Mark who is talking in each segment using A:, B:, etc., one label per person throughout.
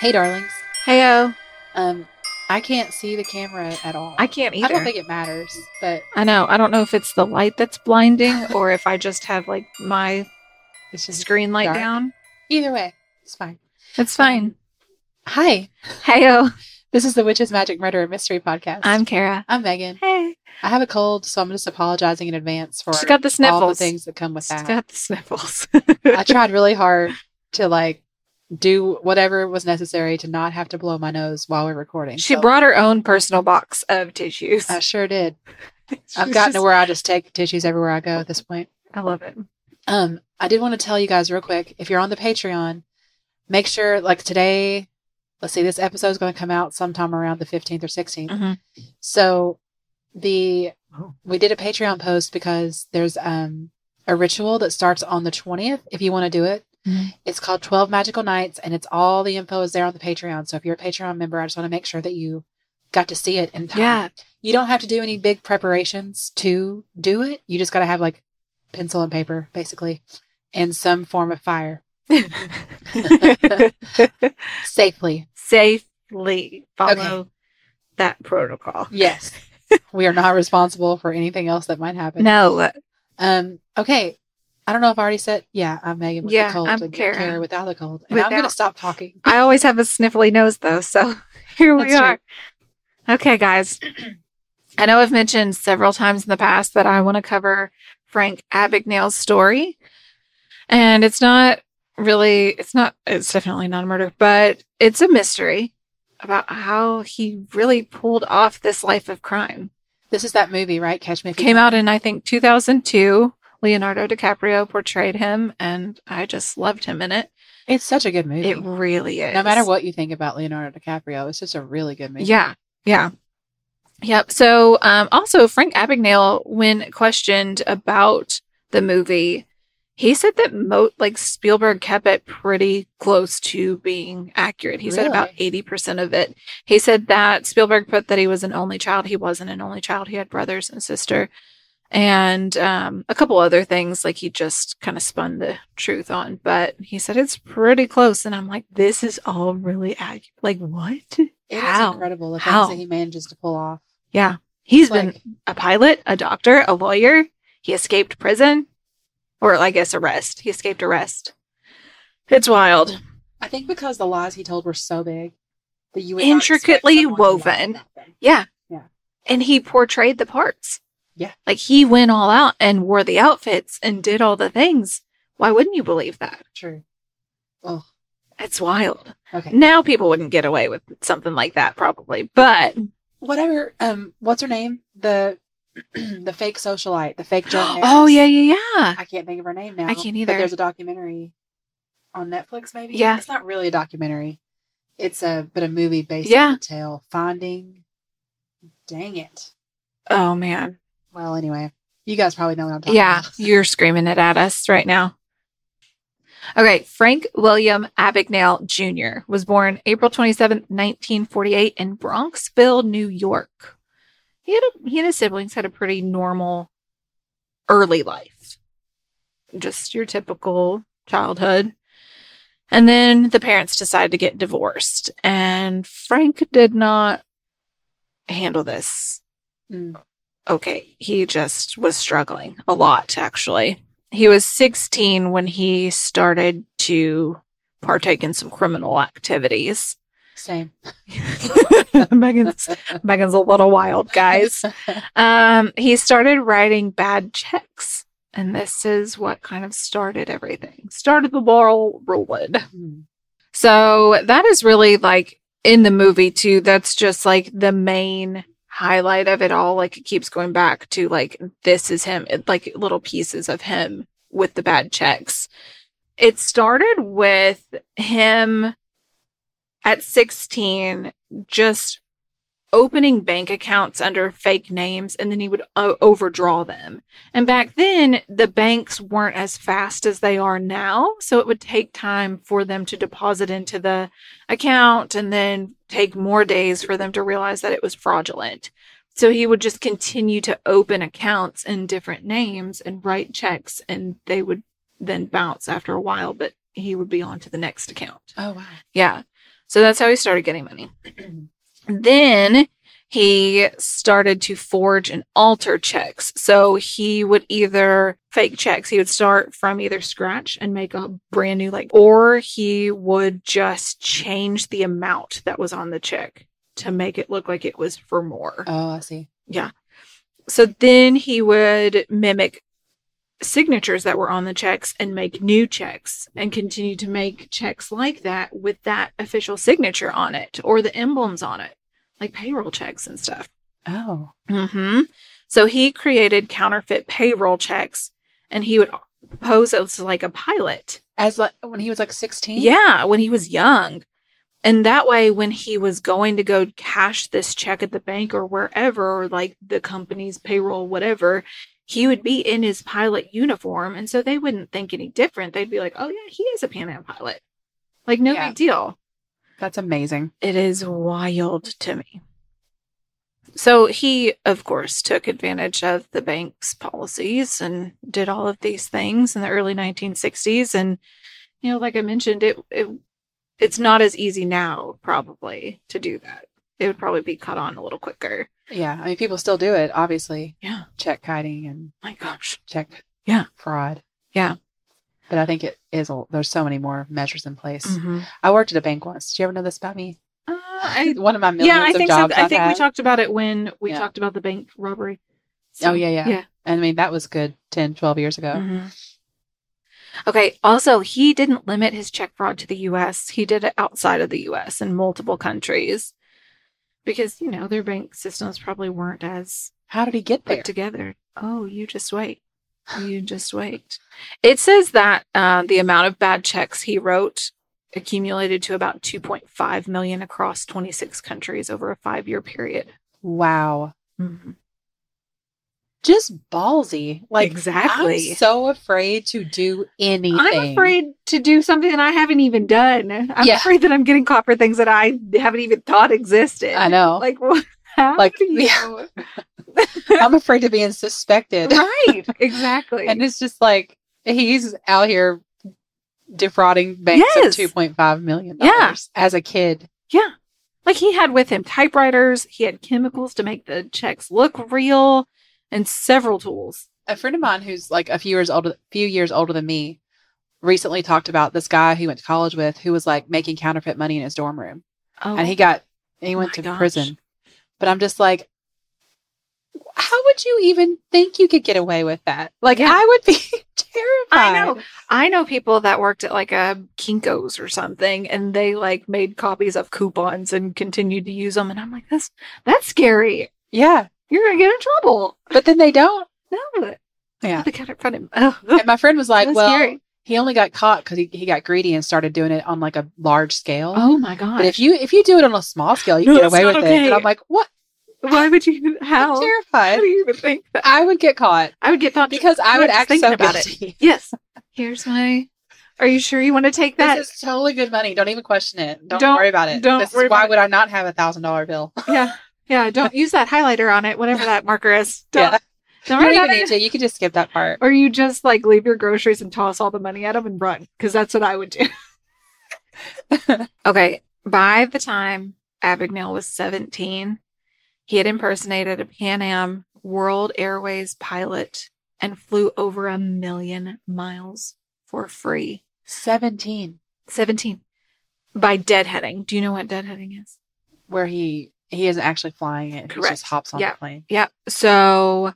A: Hey, darlings.
B: Heyo.
A: Um, I can't see the camera at all.
B: I can't either.
A: I don't think it matters, but
B: I know. I don't know if it's the light that's blinding or if I just have like my
A: it's just
B: screen light
A: dark.
B: down.
A: either way, it's fine.
B: It's fine.
A: Hi,
B: Heyo.
A: this is the Witches, Magic, Murder, and Mystery podcast.
B: I'm Kara.
A: I'm Megan.
B: Hey.
A: I have a cold, so I'm just apologizing in advance for
B: She's got the
A: all the
B: sniffles.
A: things that come with
B: She's
A: that.
B: got the sniffles.
A: I tried really hard to like do whatever was necessary to not have to blow my nose while we're recording.
B: she
A: so
B: brought her own personal box of tissues.
A: I sure did.
B: She's
A: I've gotten
B: just-
A: to where I just take tissues everywhere I go at this point.
B: I love it.
A: Um, I did want to tell you guys real quick if you're on the Patreon, make sure like today, let's see, this episode is going to come out sometime around the 15th or 16th.
B: Mhm.
A: So the
B: Oh.
A: we did a Patreon post because there's um a ritual that starts on the 20th if you want to do it.
B: Mhm.
A: It's called 12 Magical Nights and it's all the info is there on the Patreon. So if you're a Patreon member, I just want to make sure that you got to see it in time
B: Yeah.
A: you don't have to do any big preparations to do it. You just got to have like pencil and paper, basically, and some form of fire safely.
B: Safely follow that protocol.
A: Yes. we are not responsible for anything else that might happen.
B: No.
A: Um, okay. I don't know if I already said, yeah, I'm Megan with
B: Yeah,
A: the cold.
B: I'm
A: and
B: Kara.
A: without the cold. And I'm
B: Without-
A: going to stop talking.
B: I always have a sniffly nose though, so here we
A: That's
B: are. Okay, guys. I know I've mentioned several times in the past that I want to cover Frank Abagnale's story. And it's not really it's not it's definitely not a murder, but it's a mystery about how he really pulled off this life of crime.
A: This is that movie, right? Catch Me If You
B: Came out in I think 2002. Leonardo DiCaprio portrayed him and I just loved him in it.
A: It's such a good movie.
B: It really is.
A: no matter what you think about Leonardo DiCaprio, it's just a really good movie.
B: Yeah. Yeah. Yep. So, um, also, Frank Abagnale, when questioned about the movie, he said that mo- like Spielberg kept it pretty close to being accurate. He said about 80% of it. He said that Spielberg put that he was an only child. He wasn't an only child. He had brothers and sister and um, a couple other things like he just kind of spun the truth on. But he said it's pretty close. And I'm like, this is all really accurate. Like, what?
A: It is
B: How?
A: incredible the
B: How?
A: things that he manages to pull off.
B: Yeah. he's
A: It's
B: been
A: like-
B: a pilot, a doctor, a lawyer. He escaped prison or I guess arrest. He escaped arrest. It's wild.
A: I think because the lies he told were so big that you would not expect
B: Intricately
A: someone to lie
B: woven.
A: about them.
B: Yeah.
A: Yeah.
B: And he portrayed the parts.
A: Yeah.
B: Like he went all out and wore the outfits and did all the things. Why wouldn't you believe that?
A: True. Oh,
B: It's wild.
A: okay.
B: Now people wouldn't get away with something like that probably. But
A: Whatever. Um, what's her name? The the fake socialite, the fake Joan. Harris.
B: Oh yeah, yeah, yeah.
A: I can't think of her name now.
B: I can't
A: But
B: either.
A: there's a documentary on Netflix, maybe.
B: Yeah.
A: It's not really a documentary. It's a but a movie based on
B: Yeah.
A: the tale. Finding. Dang it.
B: Oh man.
A: Well, anyway, you guys probably know what I'm talking
B: Yeah,
A: about.
B: you're screaming it at us right now. Okay, Frank William Abagnale Jr. was born April 27, 1948 in Bronxville, New York. He had a, he and his siblings had a pretty normal early life. Just your typical childhood. And then the parents decided to get divorced and Frank did not handle this
A: Mm.
B: okay, he just was struggling a lot, actually. He was 16 when he started to partake in some criminal activities.
A: Same.
B: Megan's, Megan's a little wild, guys. Um, he started writing bad checks, and this is what kind of started everything. Started the ball rolling.
A: Mm.
B: So that is really like in the movie too. That's just like the main highlight of it all. Like it keeps going back to like this is him, it, like little pieces of him with the bad checks. It started with him at 16 just opening bank accounts under fake names and then he would o- overdraw them. And back then, the banks weren't as fast as they are now. So it would take time for them to deposit into the account and then take more days for them to realize that it was fraudulent. So he would just continue to open accounts in different names and write checks, and they would then bounce after a while, but he would be on to the next account.
A: Oh wow.
B: Yeah. So that's how he started getting money. then he started to forge and alter checks. So he would either fake checks, he would start from either scratch and make a brand new, like, or he would just change the amount that was on the check to make it look like it was for more.
A: Oh, I see.
B: So then he would mimic signatures that were on the checks and make new checks and continue to make checks like that with that official signature on it or the emblems on it, like payroll checks and stuff.
A: Oh,
B: hmm So he created counterfeit payroll checks and he would pose as like a pilot.
A: as like when he was like sixteen.
B: Yeah, when he was young. And that way, when he was going to go cash this check at the bank or wherever, or like the company's payroll, whatever, he would be in his pilot uniform. And so they wouldn't think any different. They'd be like, oh, yeah, he is a Pan Am pilot. Like, no
A: Yeah.
B: big deal.
A: that's amazing.
B: It is wild to me. So he, of course, took advantage of the bank's policies and did all of these things in the early 1960s. And you know, like I mentioned, it it it's not as easy now probably to do that. It would probably be caught on a little quicker.
A: Yeah, I mean, people still do it, obviously.
B: Yeah.
A: check kiting and
B: My gosh,
A: check.
B: Yeah.
A: fraud.
B: Yeah.
A: but I think it is. a- There's so many more measures in place.
B: Mm.
A: I worked at a bank once. Did you ever know this about me?
B: Uh, I,
A: One of my millions
B: yeah, I
A: of
B: think so.
A: jobs.
B: I
A: I've
B: think we
A: had.
B: talked about it when we
A: Yeah.
B: talked about the bank robbery.
A: Oh yeah, yeah,
B: Yeah.
A: And I mean, that was good 10, 12 years ago.
B: Mm-hmm. Okay. Also, he didn't limit his check fraud to the U.S. He did it outside of the U.S. in multiple countries because you know their bank systems probably weren't as
A: How did he get
B: put
A: there?
B: together. Oh, you just wait. You just wait. It says that uh, the amount of bad checks he wrote accumulated to about 2.5 million across 26 countries over a five-year period.
A: Wow, just ballsy. Like
B: exactly.
A: I'm so afraid to do anything.
B: I'm afraid to do something that I haven't even done. I'm
A: Yeah.
B: afraid that I'm getting caught for things that I haven't even thought existed.
A: I know.
B: Like, what? How
A: Like,
B: do you-
A: I'm afraid of being suspected.
B: right? Exactly.
A: And it's just like he's out here defrauding banks
B: Yes.
A: of 2.5 million
B: Yeah.
A: dollars as a kid.
B: yeah, like he had with him typewriters. He had chemicals to make the checks look real, and several tools.
A: A friend of mine who's like a few years older few years older than me recently talked about this guy he went to college with who was like making counterfeit money in his dorm room.
B: Oh,
A: And he got he
B: Oh
A: went
B: my
A: to
B: gosh.
A: prison. But I'm just like how would you even think you could get away with that? Like
B: Yeah.
A: I would be terrified.
B: Oh, I know. I know people that worked at like a Kinkos or something, and they like made copies of coupons and continued to use them. And I'm like, that's that's scary.
A: Yeah.
B: You're gonna get in trouble.
A: But then they don't.
B: No.
A: Yeah.
B: The kind of front of
A: And my friend was like,
B: That's
A: well,
B: scary.
A: he only got caught because he, he got greedy and started doing it on like a large scale.
B: Oh my god.
A: but if you if you do it on a small scale, you
B: No,
A: can get
B: that's
A: away
B: not
A: with it.
B: okay.
A: And I'm like, what?
B: Why would you
A: I'm
B: how how
A: terrified.
B: do you even think that
A: I would get caught
B: I would get thought
A: because I
B: I'm
A: would
B: just
A: act
B: thinking
A: so
B: about it.
A: guilty.
B: Yes. Here's my Are you sure you want to take that?
A: This is totally good money. Don't even question it. Don't,
B: Don't-
A: worry about it.
B: don't
A: this
B: worry
A: is why
B: about
A: would I not have a thousand dollar bill?
B: yeah. Yeah. Don't use that highlighter on it, whatever that marker is. Don't
A: Yeah.
B: don't
A: You
B: write
A: don't
B: on
A: even
B: it.
A: need to. You can just skip that part.
B: Or you just like leave your groceries and toss all the money at them and run, because that's what I would do. okay. By the time Abagnale was 17, he had impersonated a Pan Am World Airways pilot and flew over a million miles for free.
A: Seventeen,
B: 17. By deadheading. Do you know what deadheading is?
A: where he he isn't actually flying it. He
B: Correct.
A: just hops on
B: Yeah.
A: the plane.
B: Yep. So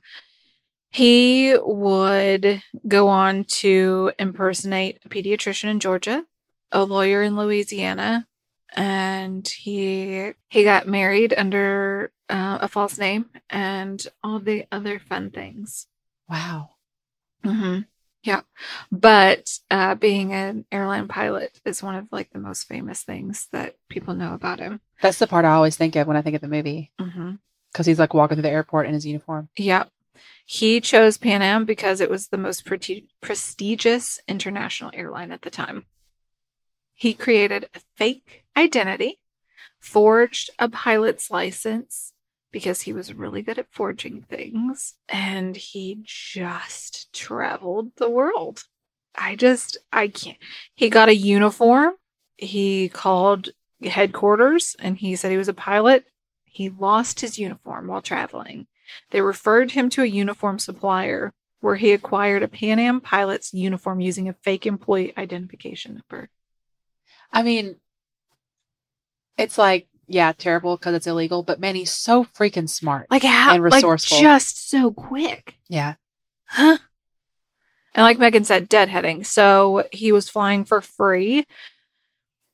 B: he would go on to impersonate a pediatrician in Georgia, a lawyer in Louisiana, and he he got married under uh, a false name and all the other fun things.
A: Wow.
B: Mm-hmm. Yeah, but uh, being an airline pilot is one of like the most famous things that people know about him.
A: That's the part I always think of when I think of the movie
B: Mm-hmm.
A: because he's like walking through the airport in his uniform.
B: Yep. He chose Pan Am because it was the most preti- prestigious international airline at the time. He created a fake identity, forged a pilot's license because he was really good at forging things, and he just traveled the world. I just, I can't. He got a uniform. He called headquarters and he said he was a pilot. He lost his uniform while traveling. They referred him to a uniform supplier where he acquired a Pan Am pilot's uniform using a fake employee identification number.
A: I mean, it's like, yeah, terrible because it's illegal, but man, he's so freaking smart.
B: Like how
A: And
B: like,
A: resourceful.
B: just so quick.
A: Yeah.
B: Huh? And like Megan said, deadheading. So he was flying for free.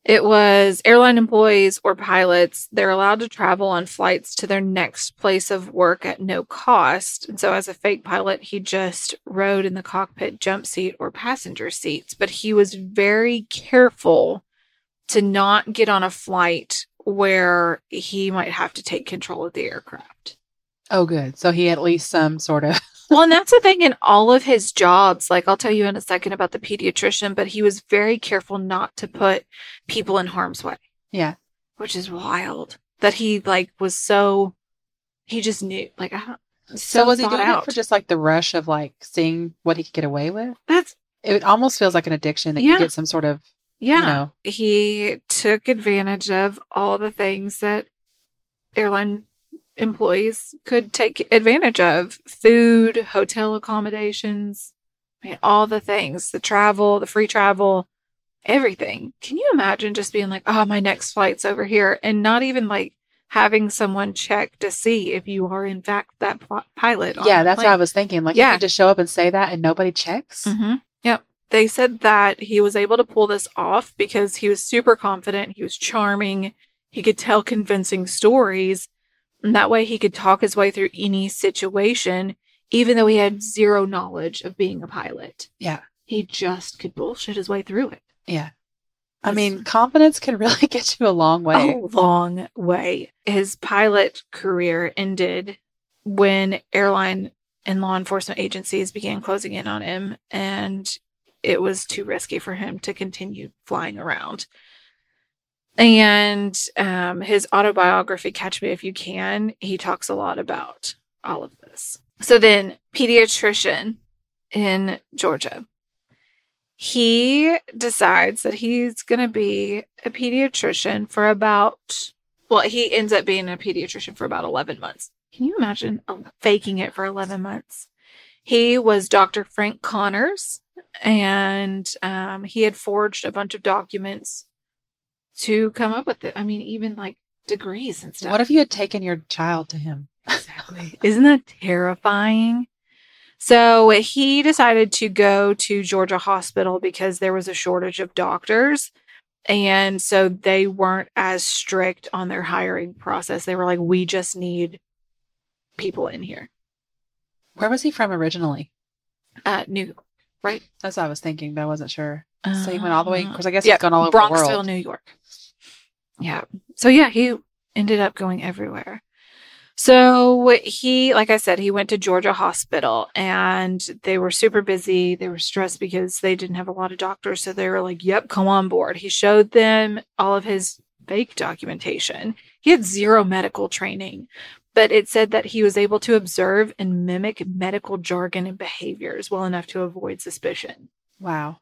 B: It was airline employees or pilots. They're allowed to travel on flights to their next place of work at no cost. And so, as a fake pilot, he just rode in the cockpit jump seat or passenger seats. But he was very careful to not get on a flight where he might have to take control of the aircraft.
A: Oh, good. So he at least some sort of.
B: Well, and that's the thing in all of his jobs. Like, I'll tell you in a second about the pediatrician, but he was very careful not to put people in harm's way,
A: Yeah.
B: which is wild that he, like, was so, he just knew. Like, I don't,
A: So, was he doing
B: out.
A: it for just like the rush of like seeing what he could get away with?
B: That's,
A: It almost feels like an addiction that
B: Yeah.
A: you get some sort of,
B: yeah.
A: you know,
B: He took advantage of all the things that airline employees could take advantage of food, hotel accommodations, I mean, all the things, the travel, the free travel, everything. Can you imagine just being like, oh, my next flight's over here and not even like having someone check to see if you are in fact that pi- pilot?
A: yeah, that's what I was thinking. Like,
B: Yeah.
A: you could just show up and say that and nobody checks.
B: Mm-hmm. Yep. They said that he was able to pull this off because he was super confident. He was charming. He could tell convincing stories. And that way he could talk his way through any situation, even though he had zero knowledge of being a pilot.
A: Yeah.
B: He just could bullshit his way through it.
A: I
B: That's-
A: mean, confidence can really get you a long way.
B: a long way. His pilot career ended when airline and law enforcement agencies began closing in on him, and it was too risky for him to continue flying around. And um, his autobiography, Catch Me If You Can, he talks a lot about all of this. So then, pediatrician in Georgia he decides that he's going to be a pediatrician for about well he ends up being a pediatrician for about 11 months can you imagine uh, faking it for 11 months he was dr frank connors and um, he had forged a bunch of documents to come up with it i mean even like degrees and stuff
A: What if you had taken your child to him?
B: Oh, Exactly. Isn't that terrifying? So he decided to go to Georgia Hospital because there was a shortage of doctors. And so they weren't as strict on their hiring process. They were like, we just need people in here.
A: Where was he from originally?
B: Uh, New, right?
A: That's what I was thinking, but I wasn't sure. So he went all the
B: Uh-huh.
A: way, because I guess
B: Uh, yeah,
A: he's gone all over the
B: Bronxville,
A: world.
B: New York. Yeah. So yeah, he ended up going everywhere. So he, like I said, he went to Georgia Hospital and they were super busy. They were stressed because they didn't have a lot of doctors. So they were like, yep, come on board. He showed them all of his fake documentation. He had zero medical training, but it said that he was able to observe and mimic medical jargon and behaviors well enough to avoid suspicion
A: Wow.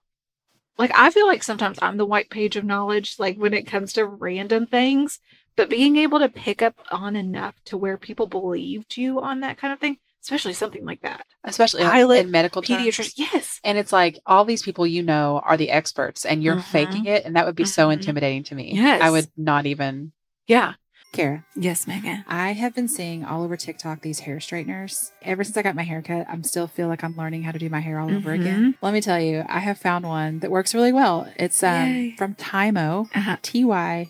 B: like I feel like sometimes I'm the white page of knowledge, like when it comes to random things, but being able to pick up on enough to where people believed you on that kind of thing, especially something like that.
A: Especially
B: Pilot,
A: in medical terms.
B: Pediatrician, yes.
A: And it's like all these people you know are the experts and you're
B: Mhm.
A: faking it. And that would be so
B: Mhm.
A: intimidating to me.
B: Yes.
A: I would not even
B: Yeah.
A: care.
B: Yes, Megan.
A: I have been seeing all over TikTok these hair straighteners. Ever since I got my hair cut, I'm still feel like I'm learning how to do my hair all
B: over again.
A: Let me tell you, I have found one that works really well. It's
B: um, Yay.
A: from Tymo,
B: Uh-huh.
A: T Y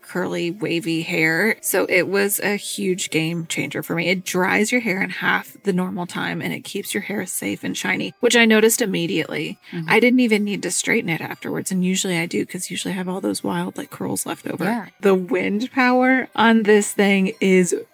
C: curly, wavy hair. So it was a huge game changer for me. It dries your hair in half the normal time and it keeps your hair safe and shiny, which I noticed immediately.
A: Mhm.
C: I didn't even need to straighten it afterwards. And usually I do because usually I have all those wild like curls left over.
A: Yeah.
C: The wind power on this thing is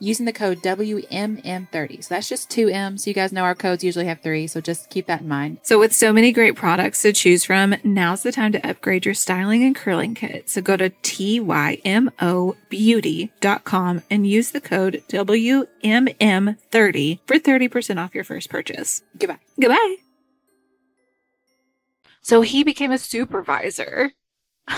A: using the code WMM30. So that's just two M's. You guys know our codes usually have three, so just keep that in mind.
C: So, with so many great products to choose from, now's the time to upgrade your styling and curling kit. So, go to TYMOBeauty.com and use the code WMM30 for 30% off your first purchase.
A: Goodbye.
C: Goodbye.
B: So he became a supervisor.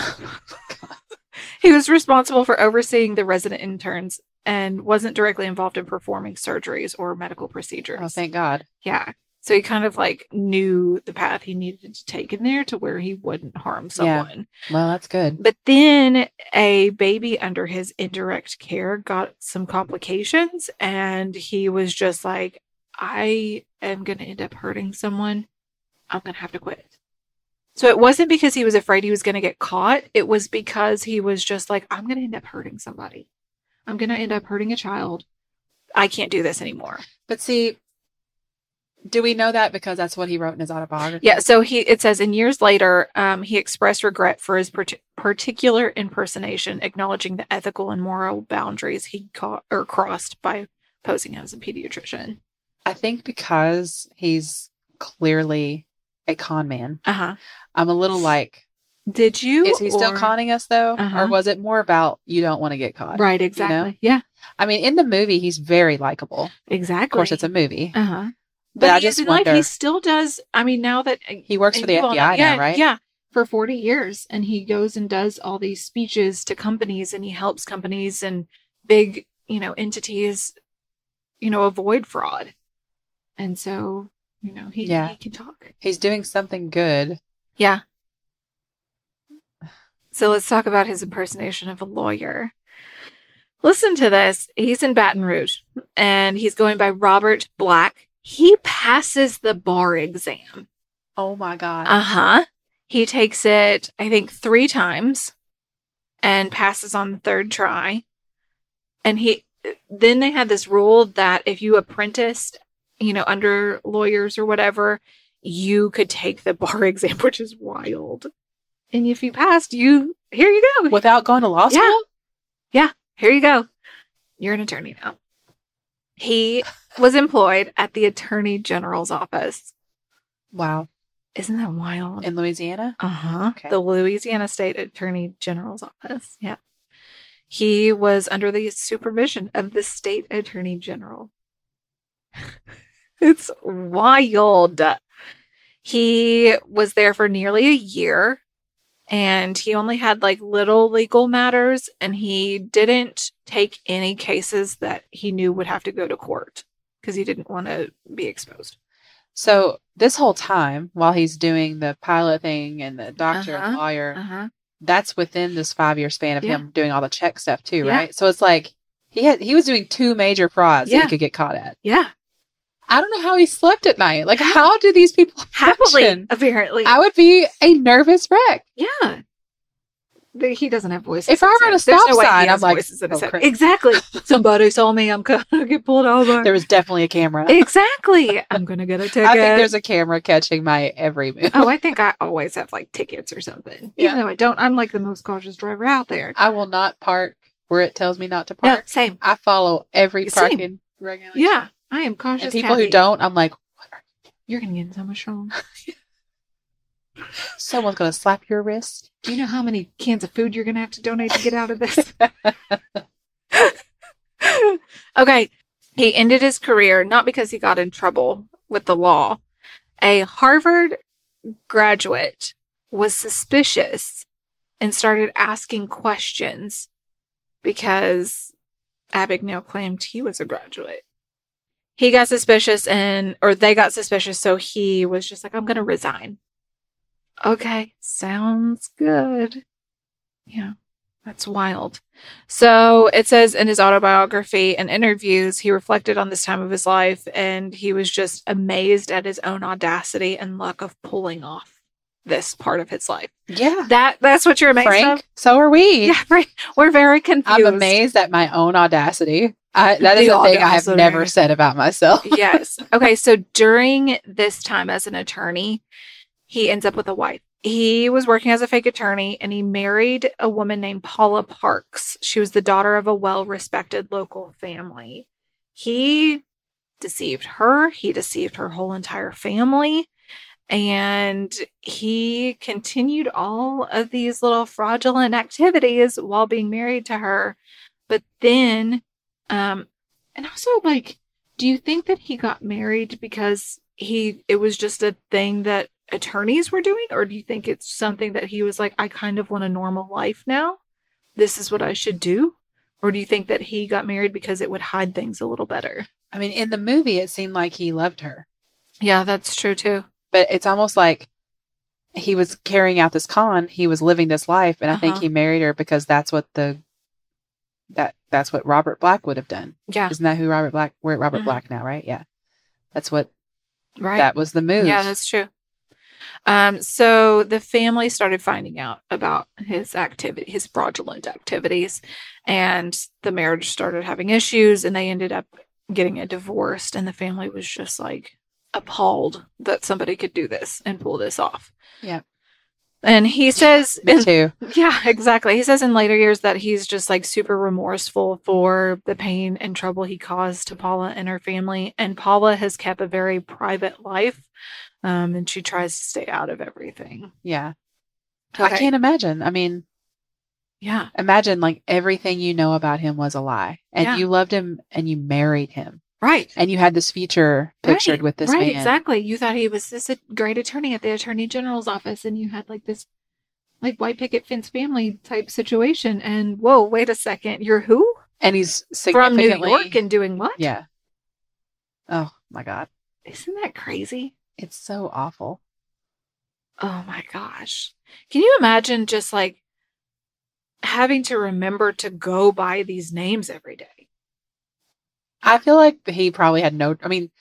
B: he was responsible for overseeing the resident interns and wasn't directly involved in performing surgeries or medical procedures.
A: Oh, God.
B: Yeah. So he kind of like knew the path he needed to take in there to where he wouldn't harm someone.
A: Well, that's good.
B: But then a baby under his indirect care got some complications, and he was just like, I am going to end up hurting someone. I'm going to have to quit. So it wasn't because he was afraid he was going to get caught. It was because he was just like, I'm going to end up hurting somebody. I'm going to end up hurting a child. I can't do this anymore.
A: But see, do we know that because that's what he wrote in his autobiography?
B: Yeah, so he it says in years later, um, he expressed regret for his parti particular impersonation, acknowledging the ethical and moral boundaries he caught or crossed by posing as a pediatrician.
A: I think because he's clearly a con man.
B: Uh huh.
A: I'm a little like,
B: Did you?
A: Uh-huh. is he still
B: or-
A: conning us though?
B: Uh-huh.
A: Or was it more about you don't want to get caught?
B: Right. Exactly. Yeah.
A: I mean, in the movie, he's very likable. Of
B: Exactly. Of
A: course, it's a movie.
B: Uh huh. But,
A: I
B: he is
A: just
B: in life,
A: wonder-
B: he still does. I mean, now that
A: He works
B: and
A: for the
B: you all know-
A: FBI
B: yeah,
A: now, right?
B: Yeah, for 40 years. And he goes and does all these speeches to companies and he helps companies and big, you know, entities, you know, avoid fraud. And so, you know, he,
A: Yeah.
B: he can talk.
A: He's doing something good.
B: Yeah. So let's talk about his impersonation of a lawyer. Listen to this. He's in Baton Rouge and he's going by Robert Black. He passes the bar exam.
A: Oh my God.
B: Uh huh. He takes it, I think, three times and passes on the third try. And he then they had this rule that if you apprenticed, you know, under lawyers or whatever, you could take the bar exam, which is wild. And if you passed, you here you go.
A: Without going to law school?
B: Yeah. Yeah. Here you go. You're an attorney now. He was employed at the attorney general's office.
A: Wow.
B: Isn't that wild?
A: In Louisiana?
B: Uh huh.
A: Okay.
B: The Louisiana State Attorney General's office. Yeah. He was under the supervision of the state attorney general. it's wild. He was there for nearly a year and he only had like little legal matters and he didn't take any cases that he knew would have to go to court because he didn't want to be exposed.
A: So, this whole time while he's doing the pilot thing and the doctor and
B: Uh-huh.
A: lawyer,
B: huh.
A: that's within this five year span of
B: Yeah.
A: him doing all the check stuff too,
B: Yeah.
A: right? So, it's like he had he was doing two major frauds that
B: Yeah.
A: he could get caught at.
B: Yeah.
A: I don't know how he slept at night. Like, how do these people
B: Happily,
A: function?
B: apparently.
A: I would be a nervous wreck.
B: Yeah. But He doesn't have voices.
A: If I
B: in his
A: were at a
B: head. There's
A: stop
B: way he
A: sign,
B: has
A: I'm like,
B: voices in his
A: "Oh,
B: head."
A: crap."
B: exactly. Somebody saw me. I'm going to get pulled over.
A: There was definitely a camera.
B: exactly. I'm going to get a ticket.
A: I think there's a camera catching my every move.
B: oh, I think I always have like tickets or something.
A: Yeah.
B: Even though I don't, I'm like the most cautious driver out there.
A: I will not park where it tells me not to
B: No,
A: park.
B: same.
A: I follow every
B: Same.
A: parking regulation.
B: Yeah.
C: I am cautious.
A: And people who
C: Kathy.
A: don't, I'm like,
C: you're gonna get in so much trouble.
A: someone's gonna slap your wrist.
C: Do you know how many cans of food you're gonna have to donate to get out of this?
B: okay. He ended his career not because he got in trouble with the law. A Harvard graduate was suspicious and started asking questions because Abagnale claimed he was a graduate. He got suspicious and, or they got suspicious, so he was just like, I'm going to resign. Okay, sounds good. Yeah, that's wild. So it says in his autobiography and interviews, he reflected on this time of his life and he was just amazed at his own audacity and luck of pulling off this part of his life.
A: Yeah,
B: That that's what you're amazed
A: Frank.
B: of.
A: So are we.
B: Yeah, right. We're very confused.
A: I'm amazed at my own audacity. I, that is
B: The
A: a thing I have
B: audacity.
A: never said about myself.
B: yes. Okay. So during this time as an attorney, he ends up with a wife. He was working as a fake attorney and he married a woman named Paula Parks. She was the daughter of a well respected local family. He deceived her, he deceived her whole entire family. And he continued all of these little fraudulent activities while being married to her. But then, um,
C: and also, like,
B: do you think that he got married because he it was just a thing that attorneys were doing or do you think it's something that he was like I kind of want a normal life now? This is what I should do? Or do you think that he got married because it would hide things a little better?
A: I mean, in the movie, it seemed like he loved her,
B: Yeah, that's true too.
A: but it's almost like he was carrying out this con. He was living this life, and I think
B: Uh-huh.
A: he married her because that's what the that that's what Robert Black would have done.
B: Yeah,
A: Isn't that who Robert Black? We're at Robert
B: Mhm.
A: Black now, right? Yeah, that's what
B: right.
A: that was the move.
B: Yeah, that's true. Um, so the family started finding out about his activity, his fraudulent activities, and the marriage started having issues, and they ended up getting a divorce. And the family was just like appalled that somebody could do this and pull this off.
A: Yeah.
B: And he says,
A: me too.
B: yeah, exactly. He says in later years that he's just like super remorseful for the pain and trouble he caused to Paula and her family. And Paula has kept a very private life um, and she tries to stay out of everything.
A: Yeah, I
B: Okay.
A: can't imagine. I mean,
B: Yeah.
A: imagine like everything you know about him was a lie, and
B: Yeah.
A: you loved him, and you married him,
B: Right.
A: and you had this future pictured
B: Right,
A: with this
B: right,
A: man.
B: Exactly. You thought he was this a- great attorney at the attorney general's office, and you had like this, like white picket fence family type situation. And whoa, wait a second, you're who
A: And he's
B: from
A: significantly
B: New York and doing what?
A: yeah. Oh my god,
B: Isn't that crazy?
A: it's so awful.
B: Oh my gosh. Can you imagine just like having to remember to go by these names every day?
A: I feel like he probably had no. I mean,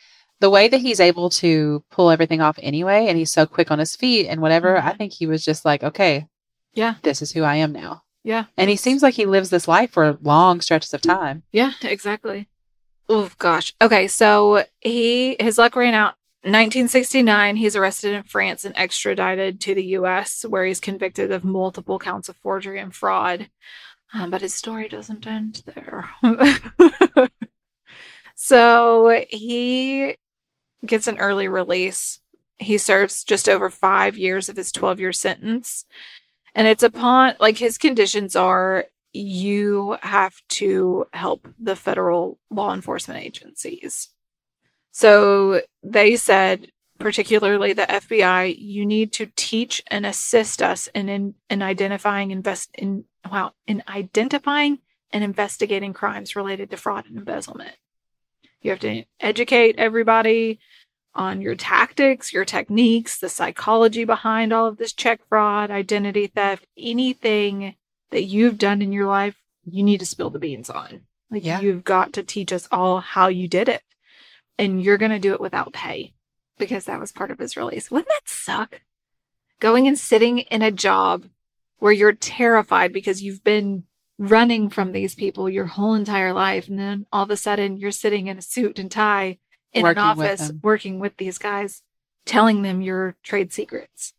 A: the way that he's able to pull everything off anyway, and he's so quick on his feet and whatever. I
B: Mhm.
A: think he was just like, okay,
B: Yeah.
A: this is who I am now.
B: Yeah. Mm-hmm.
A: And he seems like he lives this life for long stretches of time.
B: Yeah, exactly. Oh gosh. Okay, so he his luck ran out. 1969, he's arrested in France and extradited to the U.S., where he's convicted of multiple counts of forgery and fraud. Um, but his story doesn't end there. so he gets an early release. He serves just over five years of his 12 year sentence. And it's upon, like, his conditions are you have to help the federal law enforcement agencies. So they said, particularly the FBI, you need to teach and assist us in in, in identifying invest in wow in identifying and investigating crimes related to fraud and embezzlement. You have to educate everybody on your tactics, your techniques, the psychology behind all of this check fraud, identity theft, anything that you've done in your life, you need to spill the beans on. Like
A: Yeah.
B: you've got to teach us all how you did it. And you're going to do it without pay because that was part of his release. Wouldn't that suck? Going and sitting in a job where you're terrified because you've been running from these people your whole entire life and then all of a sudden you're sitting in a suit and tie in
A: Working
B: an
A: with
B: office
A: them.
B: working with these guys telling them your trade secrets.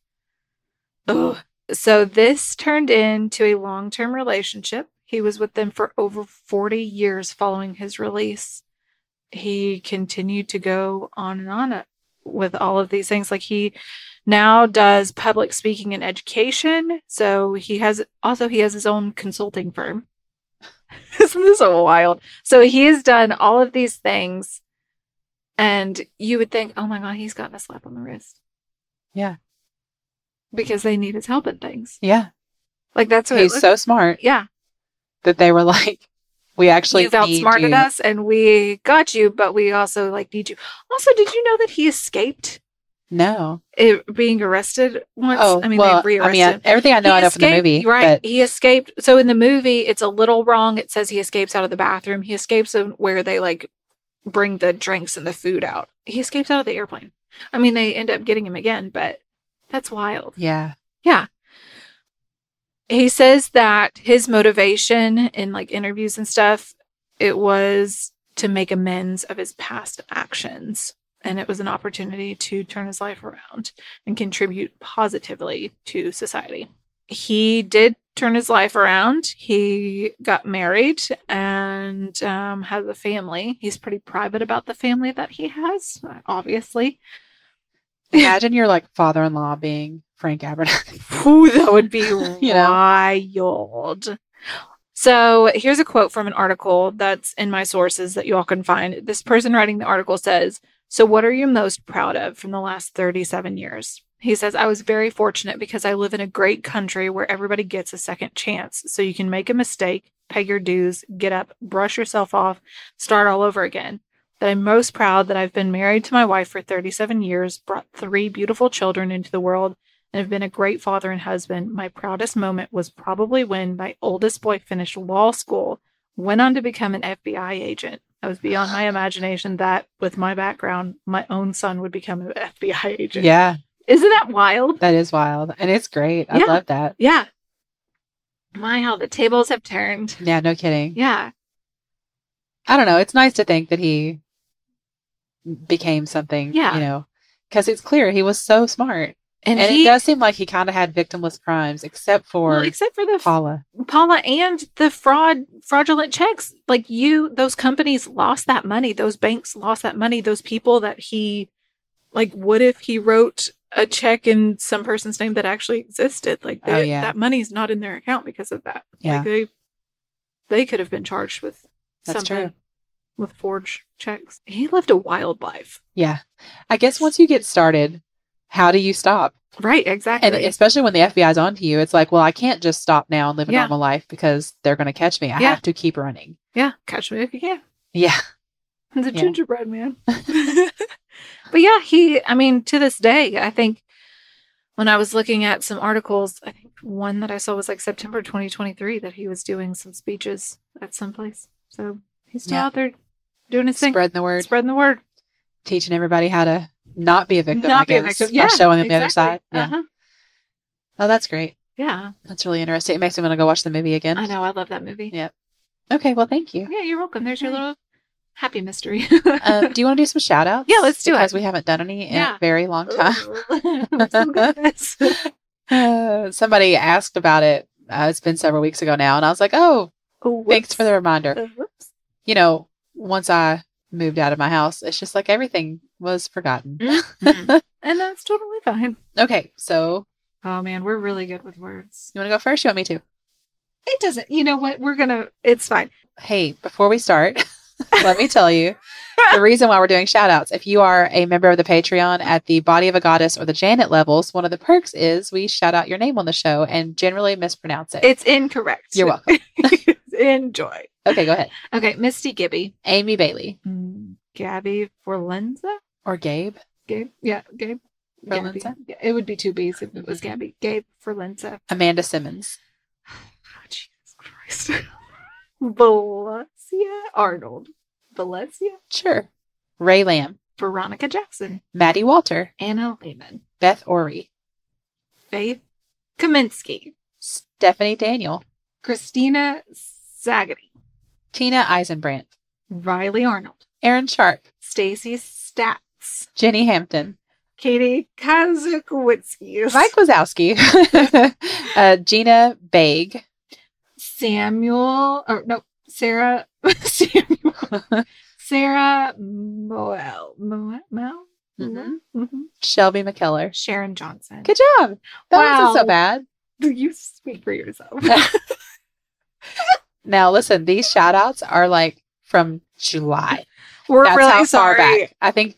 B: Ugh. So this turned into a long term relationship. He was with them for over 40 years following his release. he continued to go on and on with all of these things. Like he now does public speaking and education. So he has also he has his own consulting firm. Isn't this so wild? So he has done all of these things, and you would think, oh my god, he's gotten a slap on the wrist.
A: Yeah.
B: Because they need his help in things.
A: Yeah.
B: Like that's what it
A: He's
B: looked-
A: so smart
B: yeah.
A: that they were like, we actually
B: You've outsmarted
A: need you.
B: us and we got you, but we also like need you. Also, did you know that he escaped
A: No.
B: it being arrested once?
A: Oh,
B: I mean,
A: well,
B: they
A: I
B: re-arrested
A: mean, I-
B: him.
A: everything I know
B: He
A: I know from the
B: escaped-
A: movie.
B: Right.
A: But
B: He escaped. So in the movie, it's a little wrong. It says he escapes out of the bathroom. He escapes of where they like bring the drinks and the food out. He escapes out of the airplane. I mean, they end up getting him again, but that's wild.
A: yeah.
B: he says that his motivation in like interviews and stuff it was to make amends of his past actions and it was an opportunity to turn his life around and contribute positively to society he did turn his life around he got married and um, has a family he's pretty private about the family that he has obviously
A: Imagine your like father in law being Frank Abernathy.
B: Ooh, that would be
A: You
B: wild. So here's a quote from an article that's in my sources that you all can find. This person writing the article says, So, what are you most proud of from the last 37 years? He says, I was very fortunate because I live in a great country where everybody gets a second chance. So you can make a mistake, pay your dues, get up, brush yourself off, start all over again that I'm most proud that I've been married to my wife for 37 years, brought three beautiful children into the world, and have been a great father and husband. My proudest moment was probably when my oldest boy finished law school, went on to become an FBI agent. I was beyond my imagination that, with my background, my own son would become an FBI agent.
A: yeah.
B: Isn't that wild?
A: That is wild. And it's great. I
B: Yeah.
A: love that.
B: Yeah. My, how the tables have turned.
A: Yeah. No kidding.
B: Yeah.
A: I don't know. It's nice to think that he became something,
B: Yeah.
A: you know, because it's clear he was so smart. And,
B: he
A: it does seem like he kind of had victimless crimes, except for
B: well, except for the
A: Paula.
B: Paula and the fraud fraudulent checks like you those companies lost that money those banks lost that money those people that he like what if he wrote a check in some person's name that actually existed like
A: Oh,
B: they-
A: yeah.
B: that money's not in their account because of that
A: Yeah.
B: like they they could have been charged with
A: That's
B: something
A: true.
B: with forged checks he lived a wild life
A: Yeah. I guess once you get started, how do you stop?
B: right exactly
A: And especially when the FBI's onto you, it's like, well, I can't just stop now and live a
B: Yeah.
A: normal life because they're going to catch me. I
B: Yeah.
A: have to keep running.
B: yeah catch me if you can
A: Yeah.
B: The
A: Yeah.
B: gingerbread man. but yeah, he, I mean, to this day, I think when I was looking at some articles, I think one that I saw was like September 2023 that he was doing some speeches at some place. So he's still
A: Yeah.
B: out there doing his thing,
A: Spreading the word,
B: spreading the word.
A: teaching everybody how to not be a victim. I
B: Not be a
A: guess,
B: victim.
A: by
B: Yeah,
A: showing them the other
B: exactly.
A: side. Yeah.
B: Uh-huh.
A: Oh, that's great.
B: Yeah.
A: That's really interesting. It makes me want to go watch the movie again.
B: I know. I love that movie.
A: Yeah. Okay, well, thank you.
B: Yeah, you're welcome. There's your little happy mystery.
A: Um, do you want to do some shout outs?
B: Yeah, let's do
A: because
B: it.
A: we haven't done any in a
B: Yeah.
A: very long time.
B: I'm so good at this.
A: Uh, somebody asked about it. Uh, it's been several weeks ago now. And I was like, oh,
B: Oh,
A: thanks for the reminder.
B: whoops. Uh, whoops.
A: You know, once I moved out of my house, it's just like everything was forgotten.
B: Mhm. and that's totally fine.
A: Okay, so
B: Oh man, we're really good with words.
A: you want to go first? You want me to?
B: It doesn't. You know what? We're gonna. It's fine.
A: Hey, before we start, let me tell you the reason why we're doing shout outs. If you are a member of the Patreon at the Body of a Goddess or the Janet levels, one of the perks is we shout out your name on the show and generally mispronounce it.
B: It's incorrect.
A: You're welcome.
B: Enjoy.
A: Okay, go ahead.
B: Okay, Misty Gibby,
A: Amy Bailey
B: Gabby Forlenza.
A: or Gabe.
B: Gabe. Yeah, Gabe. Gabby.
A: Forlenza?
B: Yeah, it would be two B's if it was
A: Mhm.
B: Gabby. Gabe Forlenza.
A: Amanda Simmons.
B: Oh, Jesus Christ. Valencia Arnold. Valencia.
A: Sure. Ray Lamb.
B: Veronica Jackson.
A: Maddie Walter.
B: Anna Lehman.
A: Beth Ori.
B: Faith Kaminsky.
A: Stephanie Daniel.
B: Christina Zagatti.
A: Tina Eisenbrandt.
B: Riley Arnold.
A: Aaron Sharp.
B: Stacy Stats,
A: Jenny Hampton.
B: Katie Kazakwitsky,
A: Mike Wazowski. uh, Gina Baig.
B: Samuel, or no, Sarah, Samuel, Sarah Moel. Moel? Moel?
A: Mhm.
B: Mhm.
A: Shelby McKellar.
B: Sharon Johnson.
A: Good job. That wasn't so
B: Wow.
A: bad.
B: You speak for yourself.
A: Now, listen, these shout outs are like from July.
B: We're
A: that's
B: really
A: how far
B: sorry.
A: back. I think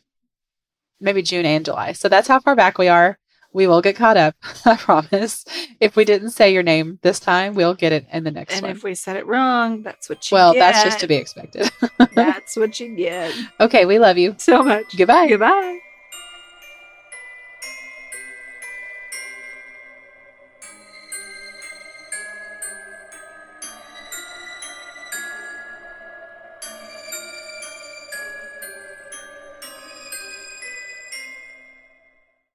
A: maybe June and July. So that's how far back we are. We will get caught up. I promise. If we didn't say your name this time, we'll get it in the next
B: And
A: one.
B: if we said it wrong, that's what you
A: well,
B: get.
A: that's just to be expected.
B: that's what you get.
A: okay, we love you.
B: So much.
A: Goodbye.
B: Goodbye.